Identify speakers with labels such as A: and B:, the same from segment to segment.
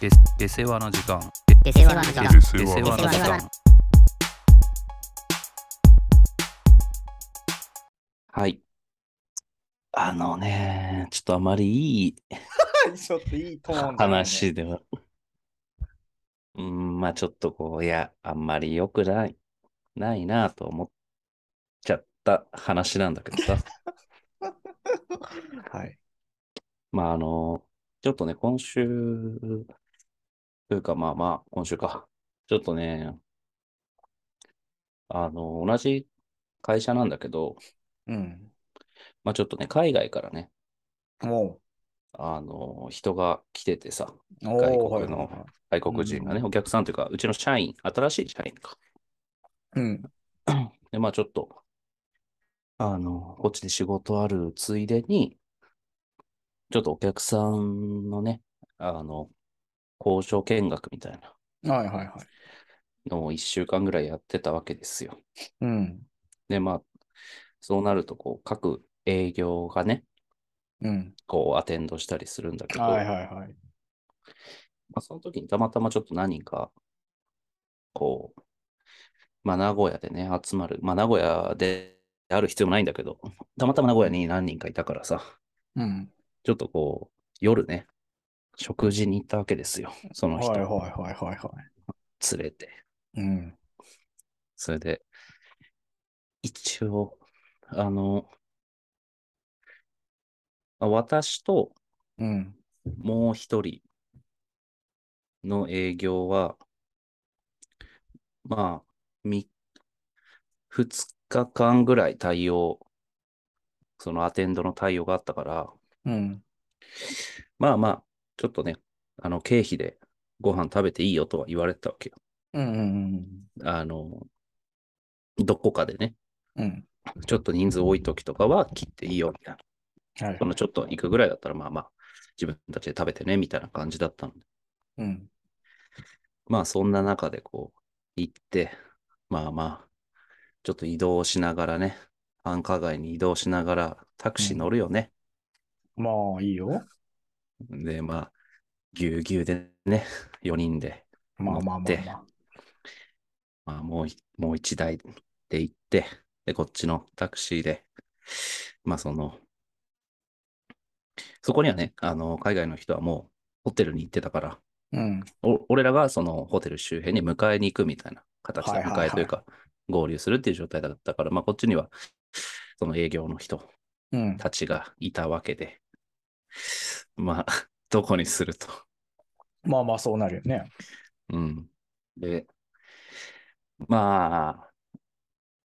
A: で出世話の時間
B: 出世話の時間
C: で
A: 出
C: 世
A: 世
C: 話
A: 話の時間
D: はい。あのね、ちょっとあまりいい
E: ちょっといいトーンだね
D: 話では。うん、まあちょっとこう、いや、あんまり良くない、ないなと思っちゃった話なんだけどさ。
E: はい。
D: まああの、ちょっとね、今週、というかまあまあ、今週か。ちょっとね、あの、同じ会社なんだけど、
E: うん。
D: まあちょっとね、海外からね、
E: も
D: あの、人が来ててさ、
E: う、
D: 外
E: おー
D: 国の外国人がね、
E: うん
D: お客さんというか、うちの社員、新しい社員か。
E: うん。
D: で、まあちょっと、あの、こっちで仕事あるついでに、ちょっとお客さんのね、あの、交渉見学みたいな
E: はいはいはい。
D: のを1週間ぐらいやってたわけですよ。
E: うん。
D: で、まあ、そうなると、こう、各営業がね、
E: うん。
D: こう、アテンドしたりするんだけど、
E: はいはいはい。
D: まあ、その時にたまたまちょっと何人か、こう、まあ、名古屋でね、集まる。まあ、名古屋である必要もないんだけど、たまたま名古屋に何人かいたからさ、
E: うん。
D: ちょっとこう、夜ね、食事に行ったわけですよ。その
E: はい
D: 人
E: はいはい
D: 連
E: はいは
D: れて。
E: い。うん。
D: それで、一応、あの、まあ私と
E: うん。
D: もう一人の営業は、まあ、み、二日間ぐらい対応、そのアテンドの対応があったから、
E: うん。
D: まあまあ、ちょっとね、あの、経費でご飯食べていいよとは言われてたわけよ。
E: うんうん。
D: あの、どこかでね、
E: うん。
D: ちょっと人数多い時とかは切っていいよみたいな。
E: はい
D: そ。のちょっと行くぐらいだったら、まあまあ、自分たちで食べてね、みたいな感じだったので。
E: うん。
D: まあ、そんな中でこう、行って、まあまあ、ちょっと移動しながらね、繁華街に移動しながら、タクシー乗るよね。
E: まあ、いいよ。
D: で、まあ、ぎゅうぎゅうでね、4人で。
E: まあまあまあまあ。
D: まあ、もうい、もう一台で行って、で、こっちのタクシーで、まあ、その、そこにはね、あの、海外の人はもうホテルに行ってたから、
E: うん。
D: お、俺らがそのホテル周辺に迎えに行くみたいな形で、
E: はいはいは
D: 迎
E: い
D: えというか、合流するっていう状態だったから、まあ、こっちには、その営業の人
E: うん。
D: たちがいたわけで、まあ、どこにすると。
E: まあまあ、そうなるよね。
D: うん。で、ま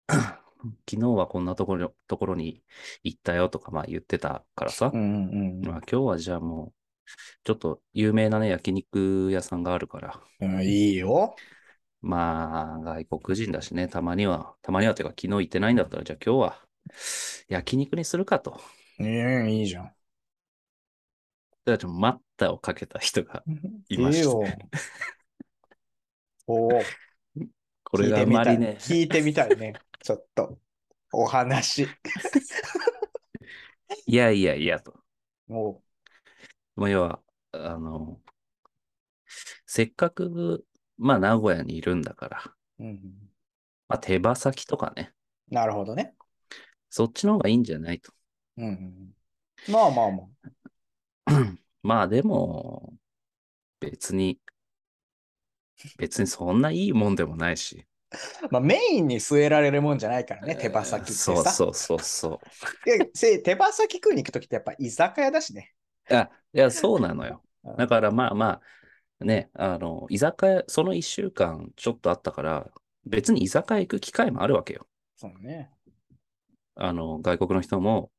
D: あ、 昨日はこんなところ、ところに行ったよとか、まあ言ってたからさ、
E: うんうん
D: まあ今日はじゃあもう、ちょっと有名なね、焼肉屋さんがあるから、
E: うん。うん、いいよ。
D: まあ外国人だしね、たまには、たまにはというか昨日行ってないんだったら、じゃあ今日は焼肉にするかと。
E: うん、いいじゃん。
D: だって待ったをかけた人が、
E: い
D: い
E: い
D: ました
E: よ。おお。
D: これがあまりね、
E: 聞いてみたい聞いてみたいね。 ちょっと。お話。
D: いやいやいやと。
E: も
D: まあ、要は、あの、せっかく、まあ、名古屋にいるんだから、
E: う。うん。
D: まあ、手羽先とかね、
E: なるほどね。
D: そっちの方がいいんじゃないと。
E: うん。まあまあまあ。
D: まあ、でも、別に、別にそんないいもんでもないし。
E: まあ、メインに据えられるもんじゃないからね、手羽先ってさ。
D: そうそうそうそ
E: でせ手羽先食いに行くときってやっぱ居酒屋だしね。
D: う。あ、いや、そうなのよ。
E: うん
D: だから、まあまあ、ね、あの、居酒屋、その一週間ちょっとあったから、別に居酒屋行く機会もあるわけよ。
E: そうね。
D: あの、外国の人も、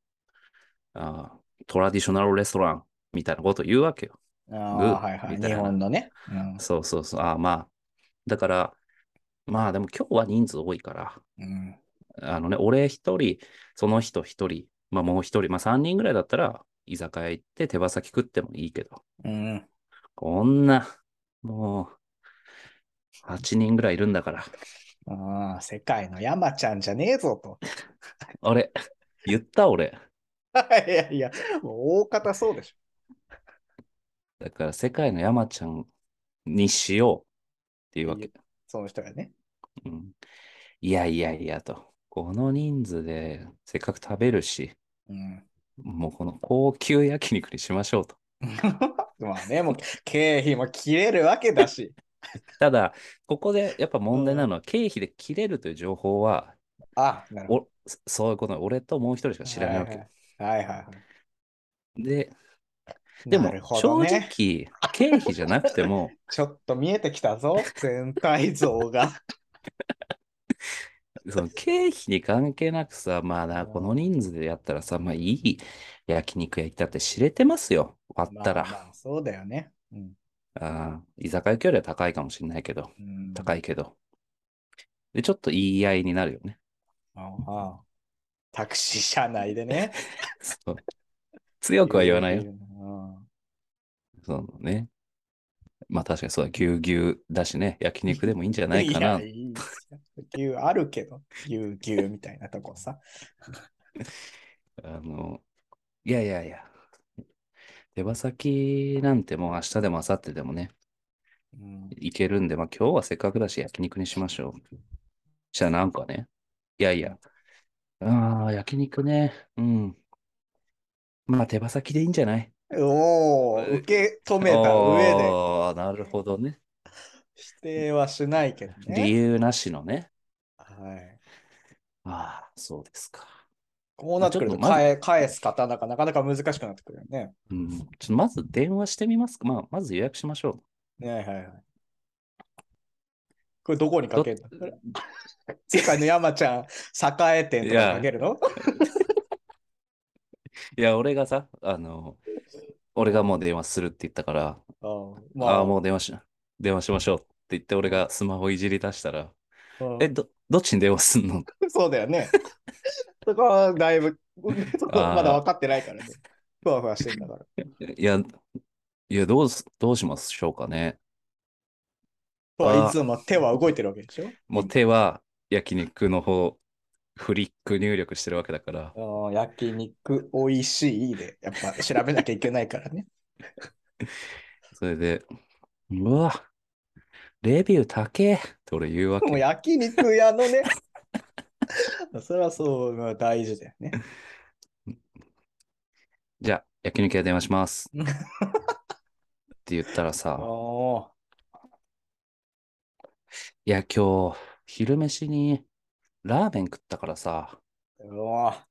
D: あートラディショナルレストランみたいなこと言うわけよ。
E: ああ、
D: グー
E: はいはい。
D: みたい
E: 日
D: な
E: 本のね。うん
D: そうそうそう。あーまあ。だから、まあでも今日は人数多いから、
E: うん。
D: あのね、俺一人、その人一人、まあもう一人、まあ三人ぐらいだったら、居酒屋行って手羽先食ってもいいけど、
E: うん。
D: こんな、もう、8人ぐらいいるんだから、
E: ああ、世界の山ちゃんじゃねえぞと。
D: あれ、言った俺。
E: いやいや、もう大方そうでし
D: だから世界の山ちゃんにしようっていうわけ。
E: その人がね。
D: うん、いやいやいやと。この人数でせっかく食べるし、
E: うん。
D: もうこの高級焼肉にしましょうと。
E: まあね、もう経費も切れるわけだし。
D: ただ、ここでやっぱ問題なのは、経費で切れるという情報は、
E: あ、なるほど。
D: おそそういうこと、俺ともう一人しか知らないわけ。
E: はいはいはいはいは
D: で、
E: い。
D: でも、
E: なるほ
D: 正
E: どね。
D: 直、経費じゃなくて も、
E: ちょっと見えてき たぞ、全体像が。
D: その経費に関係なくさ、まあな、この人数でやったらさ、まあいい焼肉屋行ったって知れてますよ、割ったら。
E: まあまあそうだよね。うん。
D: あー居酒屋距離は高いかもしれないけど、
E: うん、
D: 高いけど。で、ちょっと言い合いになるよね。
E: ああタクシー車内でね。
D: そう強くは言わないよ。
E: うん
D: そうね。まあ確かにそうだ、ぎゅうぎゅうだしね、焼肉でもいいんじゃ ないかな。
E: やいいですよ牛あるけど、牛牛みたいなとこさ。
D: あの、いやいやいや。手羽先なんてもう明日でも明後日でもね、
E: うん、
D: いけるんで、まあ今日はせっかくだし焼肉にしましょう。じゃあなんかね、いやいや、ああ、焼肉ね、うん。まあ手羽先でいいんじゃない
E: おお、受け止めた上で
D: ああ、なるほどね。
E: 否定はしないけど
D: 理
E: ね。
D: 由なしのね。
E: はい、
D: ああ、そうですか。
E: こうなってくると
D: まあちょ
E: 返返す方がなかなか難しくなってくるよね。
D: うん、ちょっとまず電話してみますか。まあ、まず予約しましょ
E: ねはいはいはい。これどこにかける
D: ど
E: の世界の山ちゃん、栄店とかにかけるの
D: う。いや、俺がさ、あの、俺がもう電話するって言ったから、
E: あま
D: ああ、もう電話し、電話しましょうって言って、俺がスマホいじり出したら、
E: うん
D: え、ど、どっちに電話すんの
E: そうだよね。 そこはだいぶ、 そこはまだ分かってないからね。ふわふわしてんだから。
D: いや、いや、どうす、どうしましょうかね。
E: とはいつも手は動いてるわけでしょ
D: もう手は焼肉の方、フリック入力してるわけだから、
E: あー焼肉おいしいで、やっぱ調べなきゃいけないから ね。
D: それで、うわ、レビュー高えって俺言うわけ
E: もう。焼肉屋のね、 それはそう、まあ大事だよね。
D: じゃあ、焼肉屋電話し ます。って言ったら
E: あ
D: さ、
E: ー
D: いや、今日、昼飯にラーメン食ったからさ、
E: うわ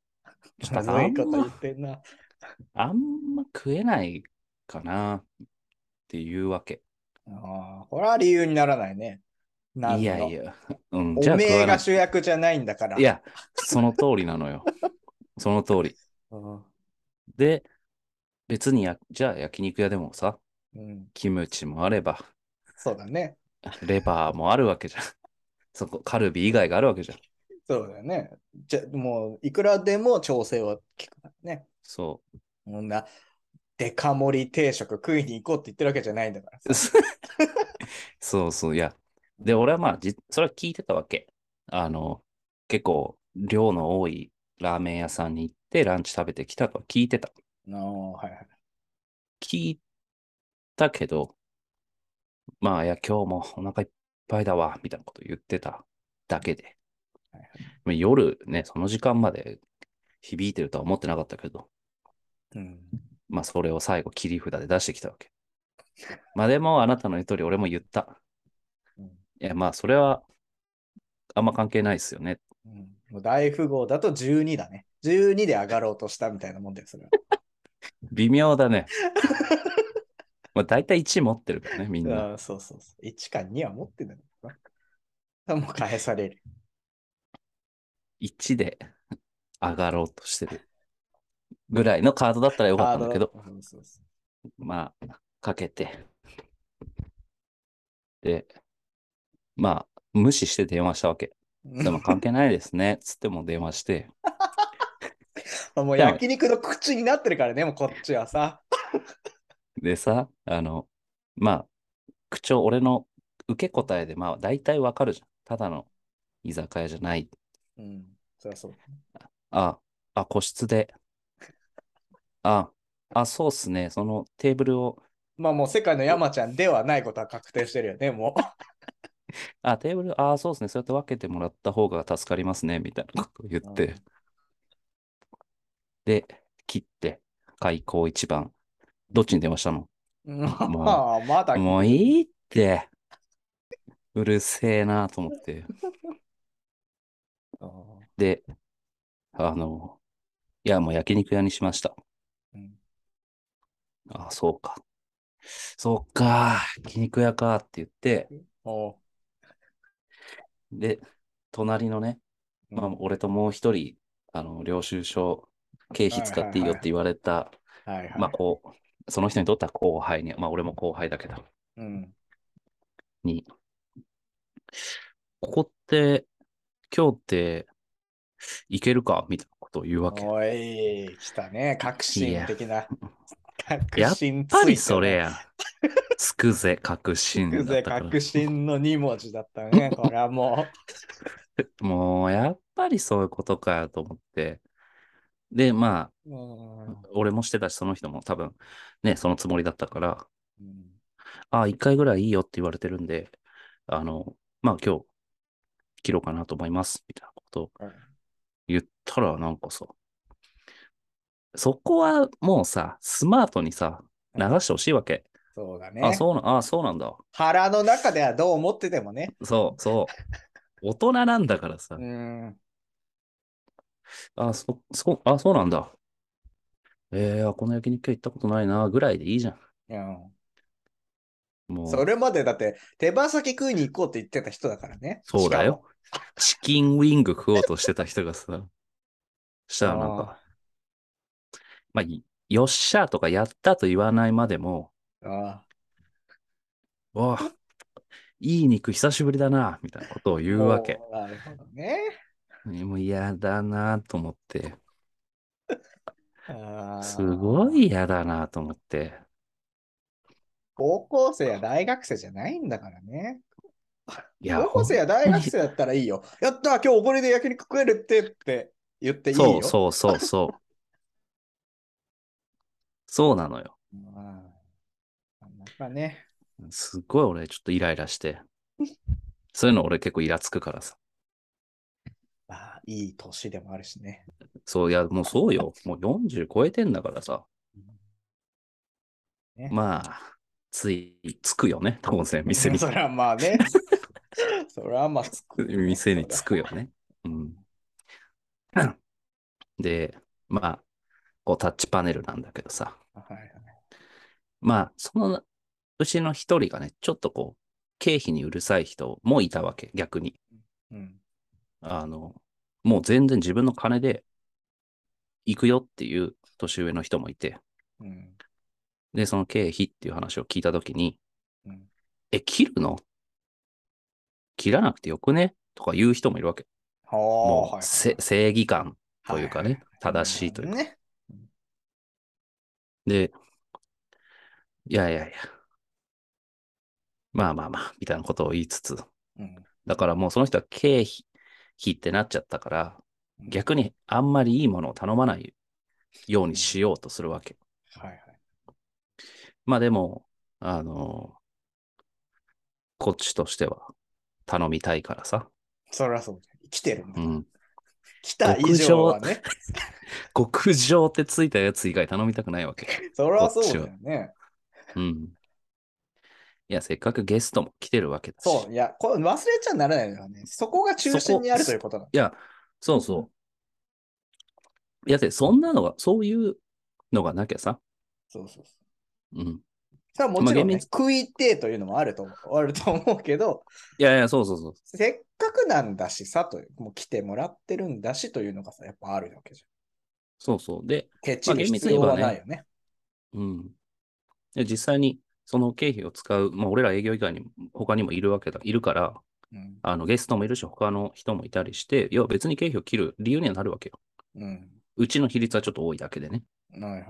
D: ちょ
E: ま
D: っ
E: ず
D: とあ
E: い
D: ん
E: こと言
D: ま、
E: ってんな。
D: あんま食えないかなっていうわけ。
E: あーこれは理由にならないね。なんの
D: いやいや、うん、じゃ
E: お
D: あ
E: め
D: 食わ
E: え
D: な
E: が主役じゃないんだから。
D: い。いや、その通りなのよ。 その通り。
E: うん。
D: で、別にや、じゃあ焼肉屋でもさ、
E: うん。
D: キムチもあれば、
E: そうだね。
D: レバーもあるわけじゃん。そこ、カルビ以外があるわけじゃん。
E: そうだよね。じゃもういくらでも調整は効くからね。
D: そ
E: そんなデカ盛り定食食いに行こうって言ってるわけじゃないんだから
D: う。
E: さ。
D: そうそう、いや。で、俺はまあ、じそれは聞いてたわけ。あの、結構、量の多いラーメン屋さんに行って、ランチ食べてきたとは聞いてた。
E: ああはいはい。
D: 聞いたけど、まあ、いや、今日もお腹いっぱいだわ、みたいなこと言ってただけで
E: はいは。
D: まあ夜ね、その時間まで響いてるとは思ってなかったけど、
E: うん。
D: まあ、それを最後、切り札で出してきたわけ。まあ、でも、あなたの言う通り、俺も言った。
E: うん
D: いや、まあ、それは、あんま関係ないですよね。
E: うん、もう大富豪だと12だね。12で上がろうとしたみたいなもんだよ、それは。
D: 微妙だ ね。まあ、大体1持ってるからね、みんな。
E: あーそうそうそう。1か2は持ってないのかな。もう返される。
D: 1で上がろうとしてるぐらいのカードだったらよかったんだけど、
E: カード。うんそうそう
D: まあ、かけて。で、まあ、無視して電話したわけ。 でも関係ないですね、つってもう電話して。
E: もう焼肉の口になってるからね、もうこっちはさ。
D: でさ、あの、まあ、口調、俺の受け答えで、まあ、大体わかるじゃん。ただの居酒屋じゃない。
E: うん。そりゃそう。
D: あ、あ、個室で。あ、あ、そうっすね。そのテーブルを
E: まあもう世界の山ちゃんではないことは確定してるよね、もう。
D: あ、テーブル、ああ、そうですね。そうやって分けてもらった方が助かりますね、みたいなことを言って。
E: うん
D: で、切って、開口一番。どっちに電話したの
E: まあ、まだ。
D: もういいって。うるせえなと思って。
E: う
D: で、あの、いや、もう焼肉屋にしました。
E: ん
D: ああ、そうか。そうか、焼肉屋かって言って、
E: おう
D: で、隣のね、まあ、俺ともう一人、あの、領収書、経費使っていいよって言われた、
E: はいはい。
D: まあ、こう、その人にとっては後輩に、まあ、俺も後輩だけど、
E: うん。
D: に、ここって、今日って、行けるかみたいなことを言うわけ。やっ
E: おい、来たね。革新的な。
D: いや
E: 革新ついて
D: ぱりそれ。や。つくぜ、確信だ
E: く
D: った
E: ぜ、
D: から
E: 革新の2文字だった ね。これはも
D: もう、やっぱりそういうことかと思って。で、ま
E: う。うん
D: あ、俺もしてたし、その人も多分、ね、そのつもりだったから、
E: うん
D: あ、一回ぐらいいいよって言われてるんで、あの、まあ今日、切ろうかなと思います、みたいなことを
E: はい
D: 言ったら、なんかさ、そこはもうさ、スマートにさ、流してほしいわけ。
E: そうだ
D: あ、
E: ね。
D: そうな、あ、そうなんだ。
E: 腹の中ではどう思っててもね。
D: そう、そう。大人なんだからさ
E: う。ん。
D: あ、そ、そ、あ、そうなんだ。えー、あ、この焼肉屋行ったことないな、ぐらいでいいじゃ
E: うん
D: ん。もう、
E: それまでだって手羽先食いに行こうって言ってた人だからね。
D: そうだよ。チキンウィング食おうとしてた人がさ、 したらなんか、まあ、いよっしゃとかやったと言わないまでも、
E: しかも。ああ
D: わあ、いい肉久しぶりだな、みたいなことを言うわけ。。
E: おうなるほどね。
D: もう嫌だなと思って、
E: ああ
D: すごい。嫌だなと思って、
E: 高校生や大学生じゃないんだからね。
D: いや、
E: 高校生や大学生だったらいいよ。やった今日おごりで焼肉食えるってって言っていいよ。
D: そうそうそうそう。そうなのよ。
E: まあなんかね。
D: すっごい俺ちょっとイライラして。そういうの俺結構イラつくからさ。
E: まあ、いい年でもあるしね。
D: そういや、もうそうよ。もう40超えてんだからさ。
E: ね
D: まあ、ついつくよね。当然、店に。
E: そりゃま あね。そりゃまあつくよね
D: 店に着くよね。うん。で、まあ、こうタッチパネルなんだけどさ。
E: はいはい
D: まあ、そのうちの一人がね、ちょっとこう、経費にうるさい人もいたわけ、逆に。
E: うん
D: あの、もう全然自分の金で行くよっていう年上の人もいて、
E: うん
D: で、その経費っていう話を聞いたときに、
E: うん
D: え、切るの切らなくてよくねとか言う人もいるわけ。
E: はあ
D: もう、
E: はい
D: せ正義感というかね、
E: は
D: 正しいというか。
E: ね。
D: で、いやいやいや、まあまあまあ、みたいなことを言いつつ、
E: うん
D: だからもうその人は経費費ってなっちゃったから、
E: うん
D: 逆にあんまりいいものを頼まないようにしようとするわけ。
E: はいはい。
D: まあでも、あの、こっちとしては頼みたいからさ。
E: そりゃそうじゃん。来てるん
D: う
E: だ。
D: ん。
E: 来た以上はね。
D: 極上ってついたやつ以外頼みたくないわけ。
E: そりゃそうだよね。
D: うん。いや、せっかくゲストも来てるわけだし。
E: そう、いや、これ忘れちゃならないのはね、そこが中心にあるということだ。
D: いや、そうそう。いや、で、そんなのが、そういうのがなきゃさ。
E: そうそうそう。
D: うん。
E: それはもち
D: まあ
E: ろ
D: 厳
E: ん、ね、
D: 密
E: 食いてというのもあると思うあ ると思うけど、
D: いやいや、そうそうそう。
E: せっかくなんだしさという、もう来てもらってるんだしというのがさ、やっぱあるわけじゃん。
D: そうそう。で、
E: ケチ
D: まあ
E: に
D: 厳密
E: 必
D: に言え
E: 要
D: ば
E: は
D: ね
E: ないよね。
D: うん。で実際に、その経費を使う、まあ、俺ら営業以外にも、他にもいるわけだ、いるから、
E: うん
D: あのゲストもいるし、他の人もいたりして、いや、別に経費を切る理由にはなるわけよ。
E: うん。
D: うちの比率はちょっと多いだけでね。
E: はいはい。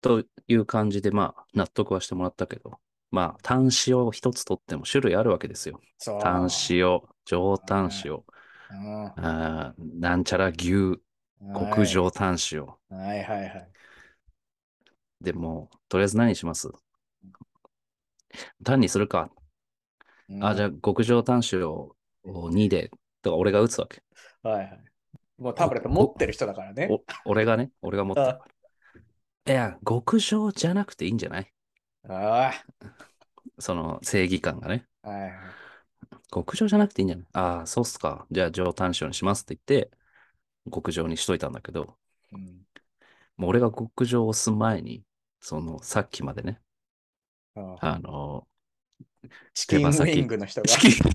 D: という感じで、まあ、納得はしてもらったけど、まあ、端子を一つ取っても種類あるわけですよ。
E: そう。
D: 端子を、上端子を、
E: うん。は
D: あーなんちゃら牛、
E: い
D: 極上。端子を。
E: はいはいはい。
D: でも、とりあえず何します単にするか。あ、じゃあ、極上単種をを2で、とか俺が打つわけ。
E: あ。はいはい。もうタブレット持ってる人だからね。
D: お俺がね、俺が持ってるから。いや、極上じゃなくていいんじゃない
E: あ
D: その正義感がね。
E: あ。はいはい。
D: 極上じゃなくていいんじゃないああ、そうっすか。じゃあ、上単勝にしますって言って、極上にしといたんだけど、
E: うん
D: もう俺が極上を押す前に、その、さっきまでね、
E: ああ
D: あの
E: チキンウィングの人が。
D: チキン、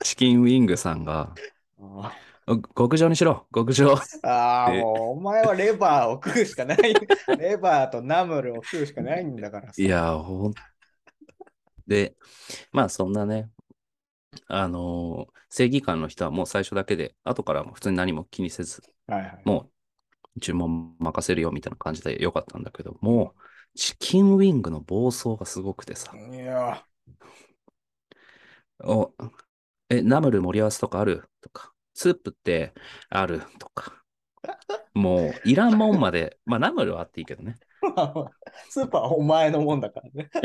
D: チキンウィングさんが、
E: あ
D: あ極上にしろ極上
E: あああ、
D: で
E: もうお前はレバーを食うしかない。レバーとナムルを食うしかないんだからさ。
D: いや、ほん。で、まあそんなね、あのー正義感の人はもう最初だけで、後からも普通に何も気にせず、
E: はいはい。
D: もう注文任せるよみたいな感じでよかったんだけど、もうチキンウィングの暴走がすごくてさ、
E: いや、
D: お、え、ナムル盛り合わせとかあるとか、スープってあるとか、もういらんもんまで、 まあナムルはあっていいけどね、
E: まあまあスー パーはお前のもんだからね。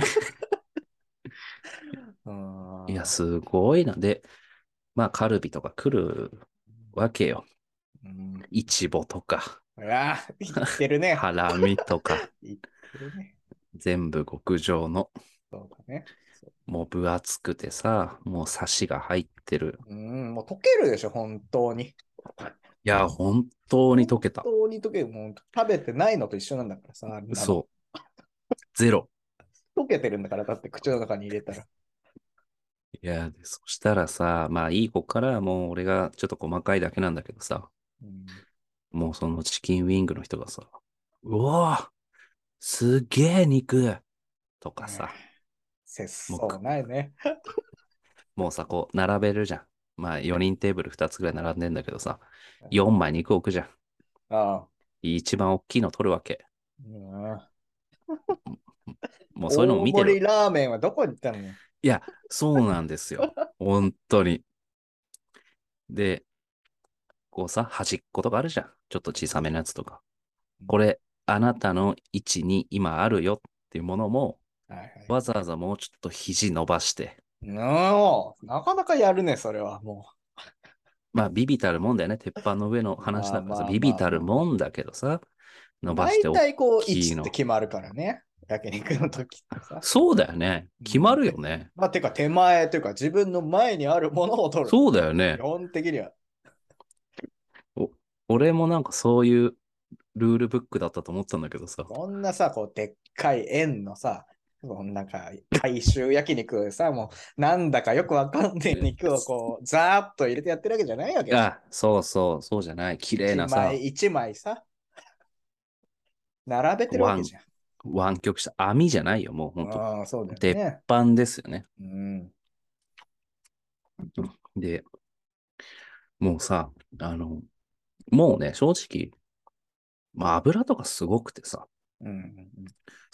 E: うん
D: いや、すごいな。で、まあ、カルビとか来るわけよ。
E: うん
D: イチボとか、
E: いや、言ってる ね。
D: ハラミと か、
E: 言ってるね。
D: 全部極上の、
E: そうだね。
D: もう分厚くてさ、もうサシが入ってる。
E: うん、もう溶けるでしょ、本当に。
D: いや、本当に溶けた。
E: 本当に溶ける。もう食べてないのと一緒なんだからさ。
D: そう。ゼロ。
E: う。溶けてるんだから、だって口の中に入れたら。
D: いや、でそしたらさ、まあ、いい子からもう俺がちょっと細かいだけなんだけどさ、
E: うん
D: もうそのチキンウィングの人がさ、うわーすげえ肉とかさ、
E: 節操ないね。
D: もうさ、こう、並べるじゃん。まあ、4人テーブル2つぐらい並んでんだけどさ、4枚肉置くじゃん。
E: ああ。
D: 一番大きいの取るわけ。
E: うん
D: もうそういうのも見て
E: 大
D: る。
E: 盛りラーメンはどこに行ったの
D: そうなんです よ。本当に。で、こうさ、端っことかあるじゃん。ちょっと小さめのやつとか。これ、あなたの位置に今あるよっていうものも、
E: はいはい
D: わざわざもうちょっと肘伸ばして、
E: のなかなかやるね、それはも
D: まあ、ビビたるもんだよね。鉄板の上の話だから
E: まあまあま
D: さ、
E: あ
D: ビビたるもんだけどさ、
E: う。
D: 伸ばして
E: 大
D: お
E: 体こう、
D: 大きい
E: 1
D: の
E: って決まるからね。焼肉の時っ てさ。
D: そうだよね。決まるよね。
E: まあ、てか手前というか自分の前にあるものを取る。
D: そうだよね
E: 基。本的には。
D: 俺もなんかそういうルールブックだったと思ってたんだけどさ。
E: こんなさ、こう、でっかい円のさ、こんなんか、大衆焼肉でさ、もう、なんだかよくわかんねえ肉をこう、ざーっと入れてやってるわけじゃないわけ
D: あ、そうそう、そうじゃない。綺麗な
E: 一
D: さ、
E: 枚、一枚さ、並べてるわけじゃん。
D: 湾曲した網じゃないよ、もう本当。
E: ああ、そうだよ
D: 鉄
E: ね。
D: 板ですよね。
E: うん。
D: で、もうさ、あの、もうね、正直、まあ油とかすごくてさ、
E: うんうん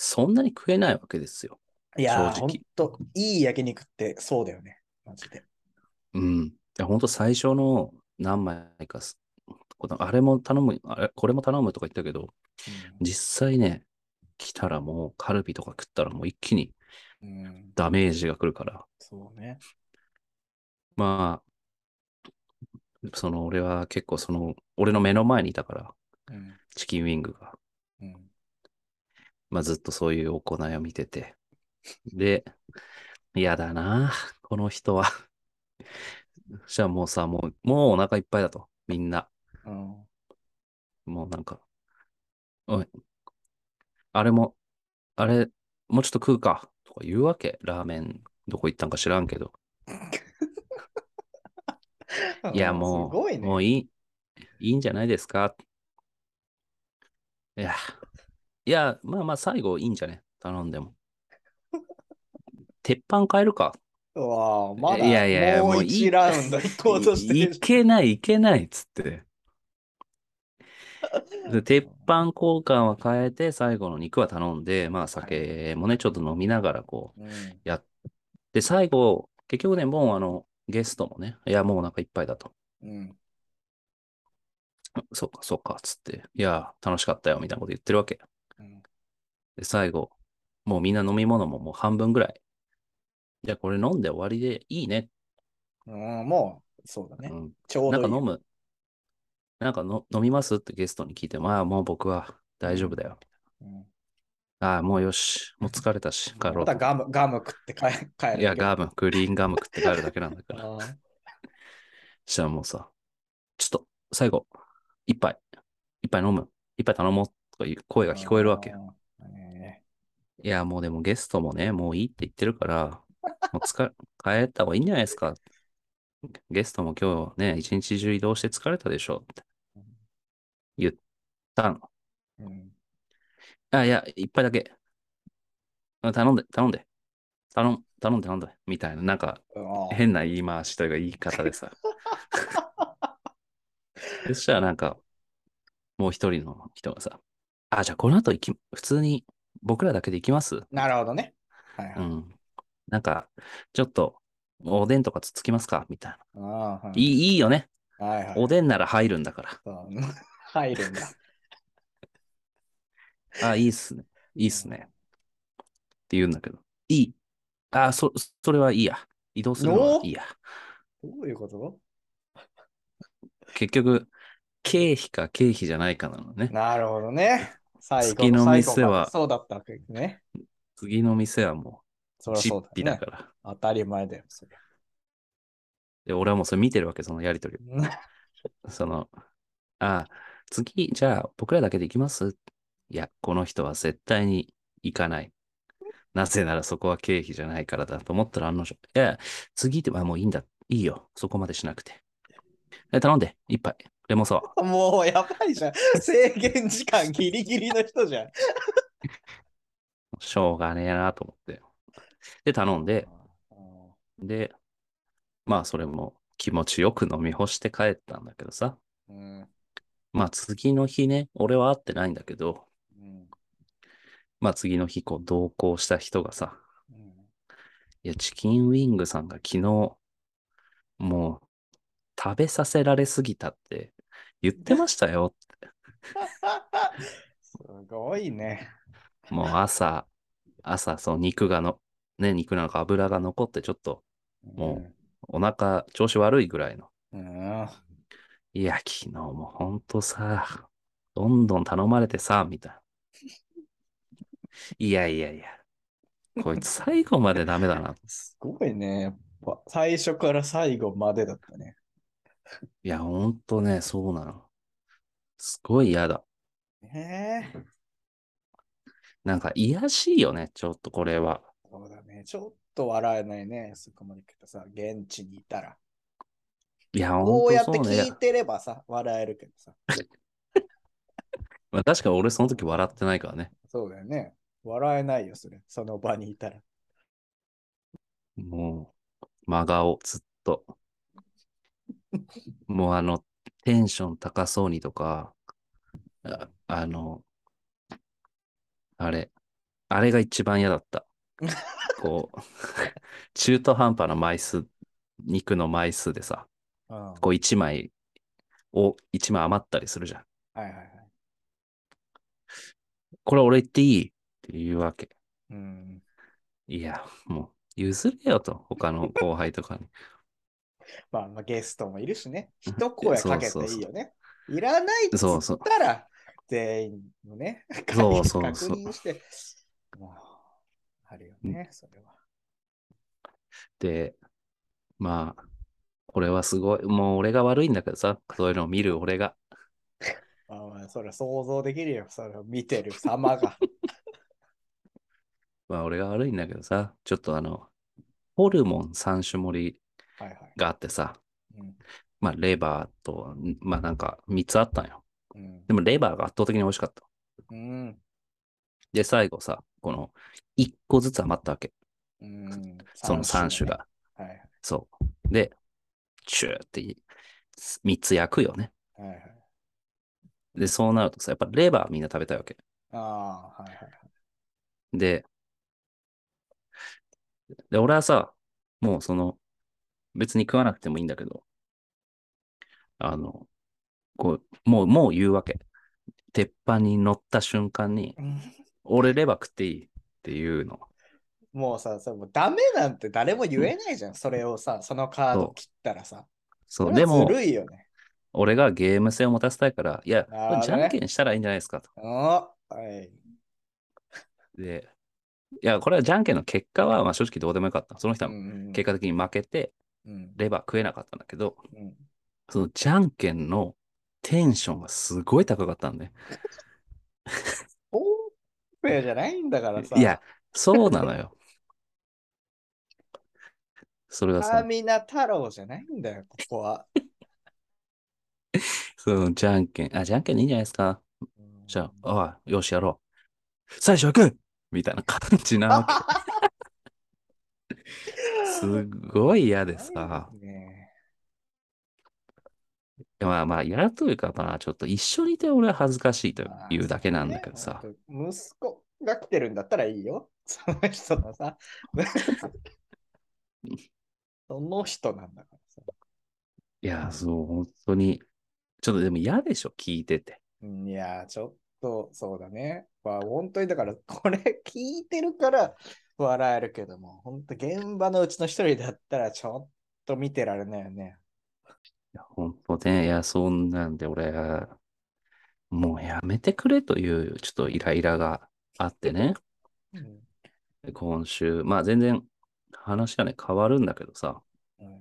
D: そんなに食えないわけですよ。
E: いやー、
D: 正直
E: ほんと、いい焼肉ってそうだよね。マジで。
D: うん。いや、本当最初の何枚かす、このあれも頼む、あれ、これも頼むとか言ったけど、実際ね、来たらもうカルビとか食ったらもう一気に
E: うん。うん
D: ダメージが来るから、
E: そうね。
D: まあ、その俺は結構その、俺の目の前にいたから、
E: うん。
D: チキンウィングが、
E: うん。
D: まあずっとそういう行いを見てて、で、嫌だな、この人は。そしたらもうさ、もう、もうお腹いっぱいだと、みんな。
E: うん。
D: もうなんか、おい、あれも、あれ、もうちょっと食うか、とか言うわけ。ラーメン、どこ行ったんか知らんけど。 いや、も、
E: すごいうね。
D: もういい、いいんじゃないですか。いや、いや、まあまあ、最後いいんじゃね頼んで も。鉄板変えるか。
E: うわあ、まだ、
D: いやいやいや
E: もう
D: もういい
E: 1ラウンド行こうとして
D: い
E: る
D: い。けない、いけない、っつ って。で鉄板交換は変えて、最後の肉は頼んで、まあ酒もね、ちょっと飲みながらこう、
E: うん
D: やっで、最後、結局ね、もうあの、ゲストもね、いや、もうお腹いっぱいだと。
E: うん。
D: そうか、そうか、つって、いや、楽しかったよ、みたいなこと言ってるわけ。
E: うん
D: で、最後、もうみんな飲み物ももう半分ぐらい。じゃあこれ飲んで終わりでいいね。
E: うん、もう、そうだね
D: う。ん
E: ちょう
D: なん
E: ど
D: か
E: いい
D: 飲むなんかの飲みますってゲストに聞いても、ああ、もう僕は大丈夫だよ。
E: うん
D: ああ、もうよし。もう疲れた し、帰ろ
E: ま
D: う
E: た。ガム、ガム食って帰帰る。
D: いや、ガ
E: ム。
D: ム、グリーンガム食って帰るだけなんだから。
E: あー
D: したらもうさ、ちょっと、最後、一杯、一杯飲む、一杯頼もうとかいう声が聞こえるわけよ。。
E: あーね
D: いや、もうでもゲストもね、もういいって言ってるから、もう疲れ、帰った方がいいんじゃないですか。ゲストも今日ね、一日中移動して疲れたでしょって言ったの。
E: うん
D: あ、いや、一杯だけ。あ頼んで、頼んで。頼ん、頼んで、頼んで。みたいな、なんか、
E: あー
D: 変な言い回しというか言い方でさ。そしたらなんか、もう一人の人がさ、あ、じゃあこの後行き、普通に僕らだけで行きます。。
E: なるほどね。はいはいう
D: ん。なんか、ちょっと、おでんとかつつきますかみたいな。
E: あーはい
D: い、いいよね。
E: はいはい。
D: おでんなら入るんだか
E: そう 入るんだ。
D: ら。あ、いいっすね。いいっすね。って言うんだけど。いい。あ、そ、それはいいや。移動するのはいいや。
E: どういうこと
D: 結局、経費か経費じゃないかなのね。
E: なるほどね。最後
D: 月の
E: 最
D: 店
E: 後
D: は
E: がそうだったわけですね。
D: 次の店はも、
E: そうりゃ
D: チ
E: そ
D: ッ
E: う
D: ピ
E: だ
D: だ
E: よね。
D: から。
E: 当たり前だよ。そりゃ
D: で、俺はもうそれ見てるわけ、そのやりとりを。その、ああ、次、じゃあ僕らだけで行きますいや、この人は絶対に行かない。なぜならそこは経費じゃないからだと思ったら案の定、いや、次って、あ、もういいんだ。いいよ。そこまでしなくて。え頼んで、一杯。レモンサワー。
E: もうやばいじゃん。制限時間ギリギリの人じゃん。
D: しょうがねえなと思って。で、頼んで、で、まあ、それも気持ちよく飲み干して帰ったんだけどさ。
E: うん。
D: まあ、次の日ね、俺は会ってないんだけど、
E: うん。
D: まあ、次の日、こう、同行した人がさ、
E: うん
D: いや、チキンウィングさんが昨日、もう、食べさせられすぎたって言ってましたよ。
E: すごいね。
D: もう朝、朝、そう、肉がの、ね、肉なのか油が残って、ちょっともお腹調子悪いぐらいの。
E: うん。うん。
D: いや、昨日もほんとさ、どんどん頼まれてさ、みたいな。いやいやいや、こいつ最後までダメだな。
E: すごいね。やっぱ最初から最後までだったね。
D: いや、ほんとね、そうなの。すごい嫌だ。
E: ねえ。
D: なんか、癒やしいよね、ちょっとこれは。
E: そうだね。ちょっと笑えないね。そこまで来たさ、現地にいたら。
D: いや、ほ
E: こうんや
D: と
E: って
D: そうね。
E: 聞いてればさ、笑えるけどさ。
D: まあ、確かに俺その時笑ってないからね。
E: そうだよね。笑えないよ、それ。その場にいたら。
D: もう、真顔、ずっと。もうあの、テンション高そうにとか、ああの、あれ、あれが一番嫌だ った。こう、 中途半端な枚数、肉の枚数でさ、
E: うん。は
D: こう1枚を、1枚余ったりするじゃん。
E: いはいはい。
D: これ俺言っていいっていうわけ。
E: うん。
D: いや、もう、譲れよと、他の後輩とか に。
E: まあ、まあ、ゲストもいるしね。一声かけて
D: そうそうそう
E: いいよね。いらないっつ
D: そうそう
E: っ。たら、全員のね、
D: そうそうそう
E: 確認して。もうあるよね、それは。
D: で、まあ、俺はすごい、もう俺が悪いんだけどさ、そういうのを見る俺が。
E: まあまあ、それは想像できるよ。それを見てる 様が。
D: まあ俺が悪いんだけどさ、ちょっとあの、ホルモン3種盛り
E: はいはい。
D: があってさ、
E: うん。
D: まあレバーと、んまあなんか3つあったんよ。
E: うん
D: でもレバーが圧倒的に美味しかった。
E: うん。
D: で、最後さ、この1個ずつ余ったわけ。
E: うん。
D: その3種
E: ね。
D: が。
E: はいはい
D: そう。で、チューって3つ焼くよね。
E: はいはい。
D: で、そうなるとさ、やっぱレバーみんな食べたいわけ。
E: ああ、はいはい。
D: で、で、俺はさ、もうその、別に食わなくてもいいんだけど、あの、こう、もう、もう言うわけ。鉄板に乗った瞬間に、
E: うん
D: 俺レバー食っていいっていうの。
E: もうさ、さもうダメなんて誰も言えないじゃん。それをさ、そのカード切ったらさ。
D: そう、
E: それ
D: で
E: は
D: も
E: ず、るいよね。
D: 俺がゲーム性を持たせたいから、いや、こ
E: なるほど
D: れ
E: ね
D: じゃんけんしたらいいんじゃないですかと。
E: おはい。
D: で、いや、これはじゃんけんの結果は、まあ正直どうでもよかった。その人は
E: うん
D: 結果的に負けて、
E: うん
D: レバー食えなかったんだけど、
E: うん
D: そのじゃんけんのテンションがすごい高かったんで。
E: オープンじゃないんだからさ。
D: いや、そうなのよ。それが
E: タ
D: さ
E: ー、ミナ太郎じゃないんだよ、ここは。
D: そのじゃんけん、あ、じゃんけんでいいんじゃないですか。じゃあ、ああ、よし、やろう。最初はグーみたいな感じなわけ。 すごい嫌でさ
E: ない。ね
D: まあまあ嫌というか、まあちょっと一緒にいて俺は恥ずかしいと
E: まあ
D: いうだけなんだけどさ。
E: ね息子が来てるんだったらいいよ。 その人のさ。 その人なんだからさ。
D: いや、そう、本当に。ちょっとでも嫌でしょ、聞いてて。
E: うんいやー、ちょっとそうだね。まあ、本当にだから、これ聞いてるから笑えるけども、本当現場のうちの一人だったら、ちょっと見てられないよね。
D: いや本当ね、いや、そんなんで俺、もうやめてくれという、ちょっとイライラがあってね。
E: うん
D: 今週、まあ全然話がね、変わるんだけどさ。
E: うん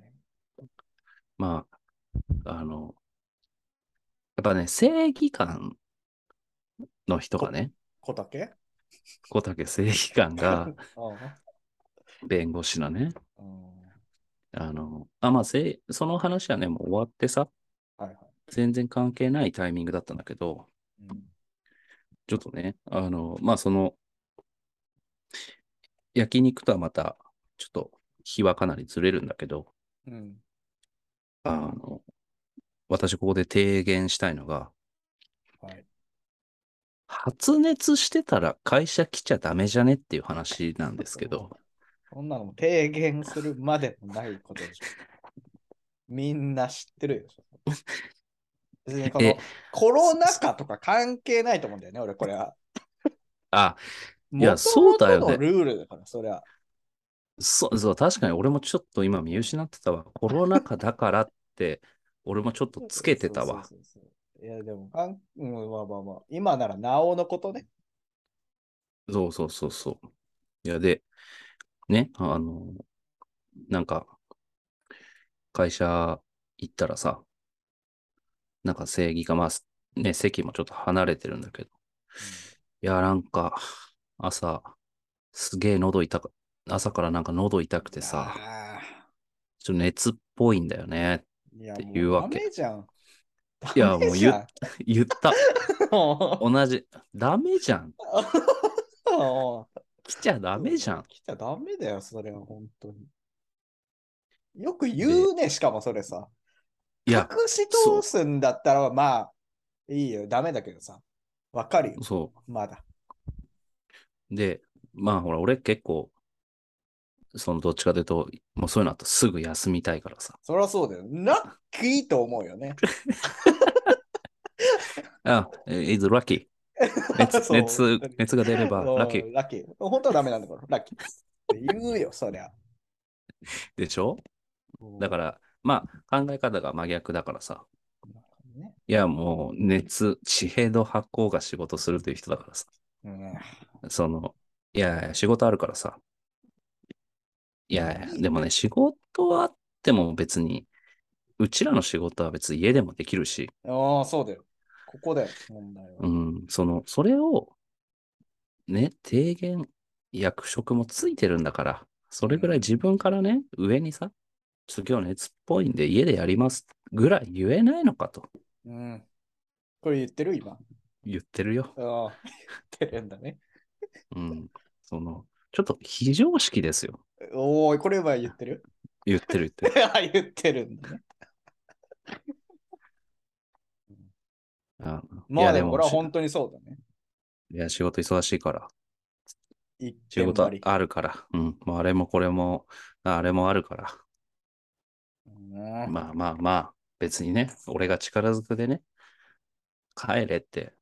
D: まあ、あの、やっぱね、正義感の人がね、
E: 小竹
D: 小竹正義感 が弁護士のね、
E: うんうん
D: あの、あ、まあ、せいその話はね、もう終わってさ、
E: はいはい
D: 全然関係ないタイミングだったんだけど、
E: うん
D: ちょっとね、あの、まあ、その、焼肉とはまた、ちょっと、日はかなりずれるんだけど、
E: うん。
D: あの、私ここで提言したいのが、
E: はい。
D: 発熱してたら会社来ちゃダメじゃねっていう話なんですけど、
E: そんなのも提言するまでもないことでしょ。みんな知ってるよ。別にこの
D: え
E: コロナ禍とか関係ないと思うんだよね、俺これは。
D: あ、い
E: も
D: やそうだよね
E: のルールだから、それは。
D: そう、そう、確かに俺もちょっと今見失ってたわ。コロナ禍だからって、俺もちょっとつけてたわ。
E: そうそうそうそう。いや、でも、かんうん、まあまあまあ、今ならなおのことね。
D: そうそうそうそう。いや、で、ね、あの、なんか、会社行ったらさ、なんか正義が、まあ、ね、席もちょっと離れてるんだけど、いや、なんか、朝、すげえ喉痛く、朝からなんか喉痛くてさ、
E: あ
D: ちょっと熱っぽいんだよね。
E: ー。いや、
D: って
E: も
D: いう
E: う
D: わ
E: ダ
D: け
E: メじゃん。
D: いやもう言う
E: ダ
D: 言った。
E: メじゃん も
D: 同じ。ダメじゃん。
E: うもう
D: 来ちゃダメじゃん。
E: 来ちゃダメだよ、それは本当に。よく言うね、しかもそれさ。
D: いや、
E: 隠し通すんだったら、まあ、いいよ、ダメだけどさ。わかるよ、
D: そ
E: まだ。
D: う。で、まあほら、俺結構、そのどっちかというと、もうそういうのあったらすぐ休みたいからさ。
E: そりゃそうだよ。ラッキーと思うよね。
D: あ、is lucky. 熱、
E: そう
D: 熱、熱が出れ ば
E: うん
D: ラッキー
E: ラッキー。本当はダメなんだから、ラッキー。って言うよ、そりゃ。、
D: でしょ だからら、まあ考え方が真逆だからさ。
E: ね
D: いや、もう熱、地平度発行が仕事するという人だからさ。
E: うん
D: その、いやいや、仕事あるからさ。いやいや、でもね、仕事はあっても別に、うちらの仕事は別に家でもできるし、
E: ああ、そうだよ。ここだよ、問題は。
D: うん、その、それを、ね、提言、役職もついてるんだから、それぐらい自分からね、上にさ、ちょっと今日熱っぽいんで家でやりますぐらい言えないのかと
E: うん。これ言ってる今。
D: 言ってるよ。
E: ああ、 言ってるんだね。
D: うん、その、ちょっと非常識ですよ。
E: おお、これは言ってる
D: 言ってる言 ってる。
E: 言ってるんだね。
D: あ
E: まあでも、これは
D: し
E: 本当にそうだね。
D: いや、仕事忙しいから。
E: 一
D: 仕
E: 点
D: 事
E: 張
D: あ
E: り。
D: あるから。うん。もうあれもこれも、あれもあるから。
E: うん
D: まあまあまあ、別にね、俺が力ずくでね、帰れって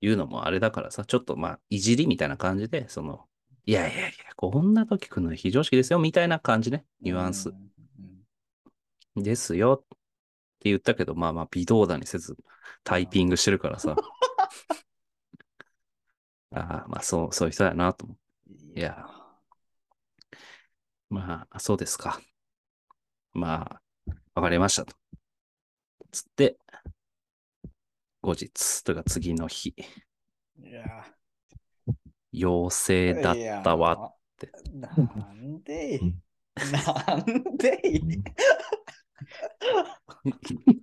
D: 言うのもあれだからさ、ちょっとまあ、いじりみたいな感じで、その、いやいやいや、こんな時来るの非常識ですよ、みたいな感じね、ニュアンス
E: うん。うん
D: ですよって言ったけど、まあまあ、微動だにせず、タイピングしてるから さ。ああ、まあ、そう、そういう人やなと思う。いや、まあ、そうですか。まあ、わかりましたと。つって、後日、というか次の日、
E: いや
D: 陽性だったわ。て
E: いやなんでいなんでい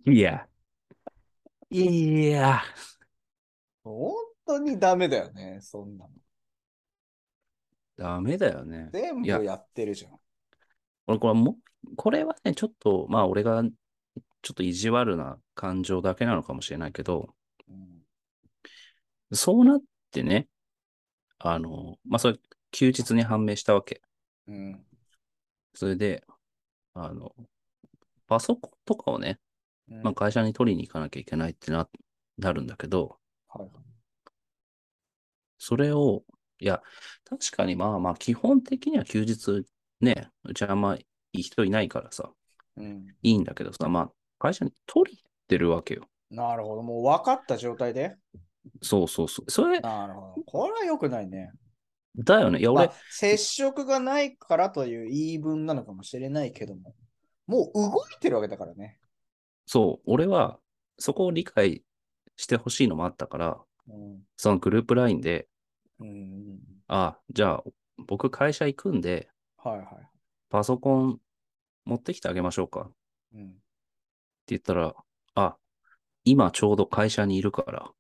D: いや、いや、
E: 本当にダメだよね、そんなの。
D: ダメだよね。
E: 全部
D: いや
E: やってるじゃん。
D: 俺、これも、これはね、ちょっと、まあ、俺が、ちょっと意地悪な感情だけなのかもしれないけど、
E: うん
D: そうなってね、あの、まあ、それ、休日に判明したわけ。
E: うん。
D: それで、あの、パソコンとかをね、
E: うん
D: まあ、会社に取りに行かなきゃいけないってな、なるんだけど、
E: はい
D: それを、いや、確かにまあまあ、基本的には休日ね、うちはあんまいい人いないからさ、
E: うん
D: いいんだけどさ、まあ、会社に取りに行ってるわけよ。
E: なるほど。もう分かった状態で。
D: そうそうそう。それ、
E: なるほど。これは良くないね。
D: だよね。いや、
E: ま
D: 俺
E: あ、、接触がないからという言い分なのかもしれないけども、もう動いてるわけだからね。
D: そう、俺は、そこを理解してほしいのもあったから、
E: うん。
D: そのグループラインで、
E: うん。
D: ああ、じゃあ、僕会社行くんで、
E: はいはい。
D: パソコン持ってきてあげましょうかって
E: うん。
D: 言ったら、あ、今ちょうど会社にいるから、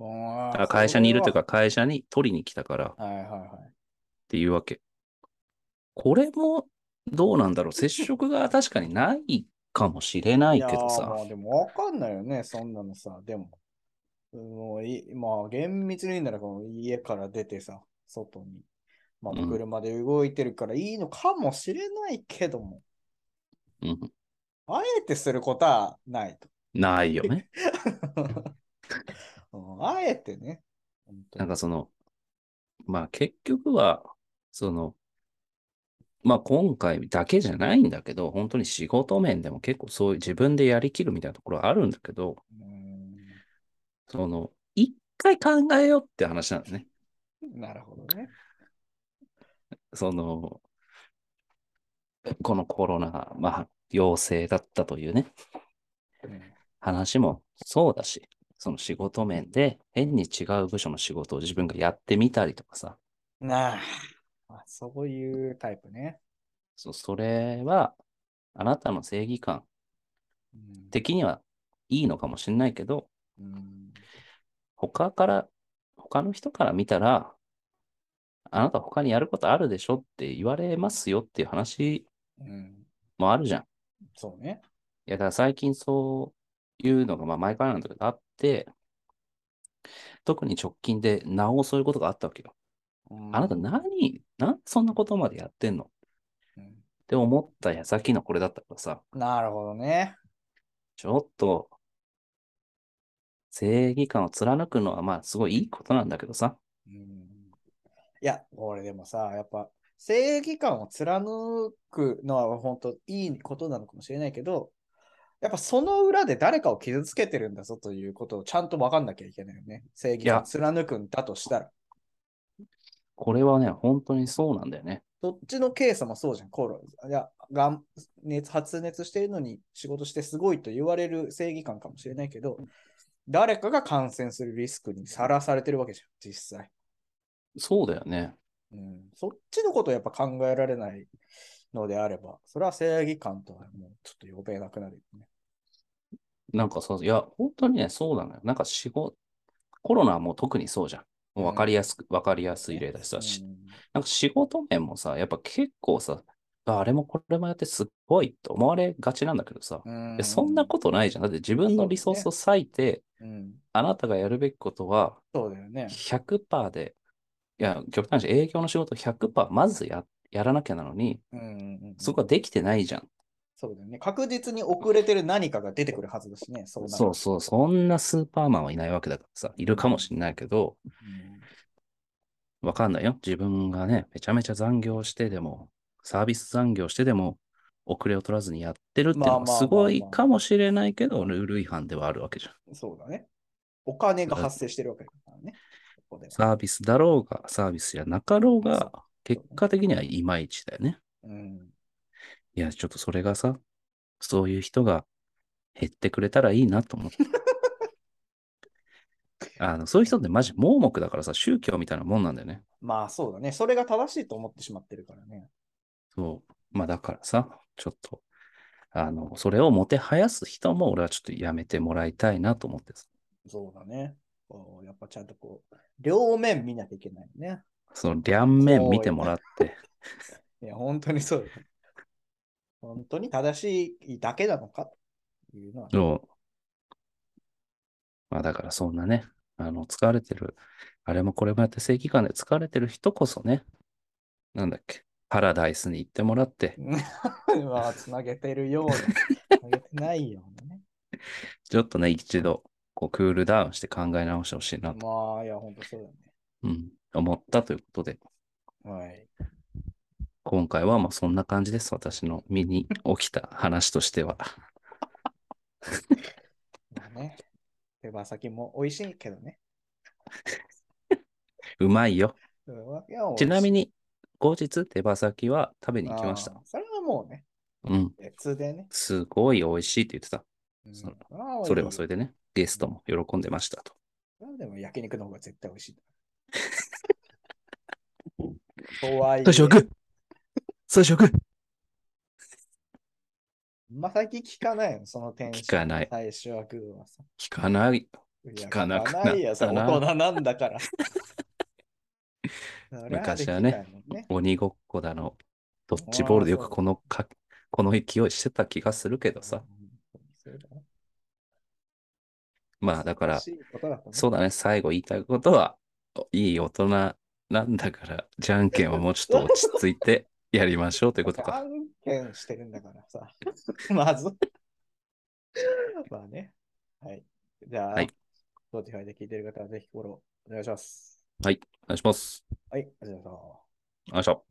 E: あ
D: あ会社にいるというか、。会社に取りに来たからっ
E: はいはいはい。
D: ていうわけ。これもどうなんだろう。接触が確かにないかもしれないけど
E: やー
D: さ
E: まあ、でも分かんないよね、そんなのさ。でも、もういまあ厳密に言うならこの家から出てさ、外に。まあ
D: うん
E: 車で動いてるからいいのかもしれないけども、
D: うん、
E: あえてすることはないと。
D: ないよね。
E: うんあえてね。本当に
D: なんかその、まあ結局は、その、まあ今回だけじゃないんだけど、本当に仕事面でも結構そういう自分でやりきるみたいなところはあるんだけど、
E: うん
D: その、一回考えようって話なんですね。
E: なるほどね。
D: その、このコロナ、まあ陽性だったというね、
E: うん
D: 話もそうだし、その仕事面で変に違う部署の仕事を自分がやってみたりとかさ、
E: なああ、そういうタイプね。
D: そうそれはあなたの正義感
E: うん
D: 的にはいいのかもしれないけど、
E: うん
D: 他から、他の人から見たら、あなた他にやることあるでしょって言われますよっていう話
E: うん、
D: もあるじゃん。い
E: そうね。
D: や、だから最近そういうのが、まあ前からなんだけどあって、特に直近でなおそういうことがあったわけよ。
E: うん
D: あなた何、なんでそんなことまでやってんのっ
E: うん
D: て思った矢先のこれだったからさ、
E: なるほどね。
D: ちょっと、正義感を貫くのはまあすごいいいことなんだけどさ、
E: うん、いや、俺でもさ、やっぱ正義感を貫くのは本当いいことなのかもしれないけど、やっぱその裏で誰かを傷つけてるんだぞということをちゃんと分かんなきゃいけないよね。正義
D: い
E: 感を
D: や
E: 貫くんだとしたら。
D: これはね、本当にそうなんだよね。
E: どっちのケースもそうじゃん、コロいやがん熱発熱してるのに仕事してすごいと言われる正義感かもしれないけど、誰かが感染するリスクにさらされてるわけじゃん、実際。
D: そうだよね。
E: うん、そっちのことをやっぱ考えられないのであれば、それは正義感とはもうちょっと呼べなくなるよね。
D: なんかそう、いや、本当にね、そうなのよ。なんか仕事、コロナはもう特にそうじゃん。もう分かりやすく、分かりやすい例だしさ、し
E: うん
D: なんか仕事面もさ、やっぱ結構さ、ああれもこれもやってすごいと思われがちなんだけどさ、
E: う
D: いやそんなことないじゃん。だって自分のリソースを割いて、
E: うん、
D: あなたがやるべきことは
E: そうだよね。
D: 100%で、いや、極端に営業の仕事100%まずややらなきゃなのに、
E: うんうんうん、
D: そこはできてないじゃん。
E: そうだよね。確実に遅れてる何かが出てくるはずだしね。そうなる
D: そうそう、そんなスーパーマンはいないわけだからさ、いるかもしれないけど、
E: うん
D: わかんないよ。自分がね、めちゃめちゃ残業してでも、サービス残業してでも、遅れを取らずにやってるっていう
E: まあ
D: のは
E: まあまあまあ
D: すごいかもしれないけど、ルール違反ではあるわけじゃん。
E: そうだね。お金が発生してるわけだからね。ここで。
D: サービスだろうが、サービスじゃなかろう
E: そう
D: が、結果的にはいまいちだよね。
E: うん。
D: いや、ちょっとそれがさ、そういう人が減ってくれたらいいなと思っ て。あのそういう人ってマジ盲目だからさ、宗教みたいなもんなんだよね。
E: まあそうだね。それが正しいと思ってしまってるからね。
D: そう。まあだからさ、ちょっと、あの、それをもてはやす人も俺はちょっとやめてもらいたいなと思ってさ。
E: そうだね。こうやっぱちゃんとこう、両面見なきゃいけないね。
D: その両面見てもらって、
E: いや、本当にそうだね。 本当に正しいだけなのかっていうのはね、
D: そう。まあだからそんなね、あの、疲れてる、あれもこれもやって正規感で疲れてる人こそね、なんだっけ、パラダイスに行ってもらって、
E: まあ、つなげてるような、つなげてないようなね。
D: ちょっとね、一度、こう、クールダウンして考え直してほしいなと、
E: まあ、いや、本当そうだね。
D: うん、思ったということで、
E: はい。
D: 今回はまあそんな感じです。私の身に起きた話としては。
E: まあね。手羽先も美味しいけどね。
D: うまいよ。ちなみ
E: に
D: に、後日、手羽先は食べに行きました。
E: それはもうね、
D: うん。
E: 別でね。
D: すごい美味しいって言ってた。
E: うん
D: そ
E: ああ
D: それはそれ
E: いい
D: でね、ゲストも喜んでましたと。
E: それはでも焼肉の方が絶対美味しい。 とはいえ、
D: 最初グー
E: まさき聞かないよ、そのテンション。
D: 聞かない
E: 最初はグーはさ。
D: 聞かない。
E: 聞
D: かなくなったな
E: ないよ、それ大人なん だから。そりゃ
D: 昔はね
E: できないもんね。
D: 鬼ごっこだの、ドッジボールでよくこのか、この勢いしてた気がするけどさ。
E: そうだね
D: まあだから
E: 楽、しいことだと思う
D: そうだね、最後言いたいことは、いい大人なんだから、じゃんけんはもうちょっと落ち着いてやりましょうという こと
E: じゃ
D: か。
E: んけんしてるんだからさ。 まず。まあね。はい。じゃあ、
D: はい
E: Spotify で聞いてる方はぜひフォローお願いします。
D: お願いします。
E: はい、ありがとうございます。
D: よいしょ。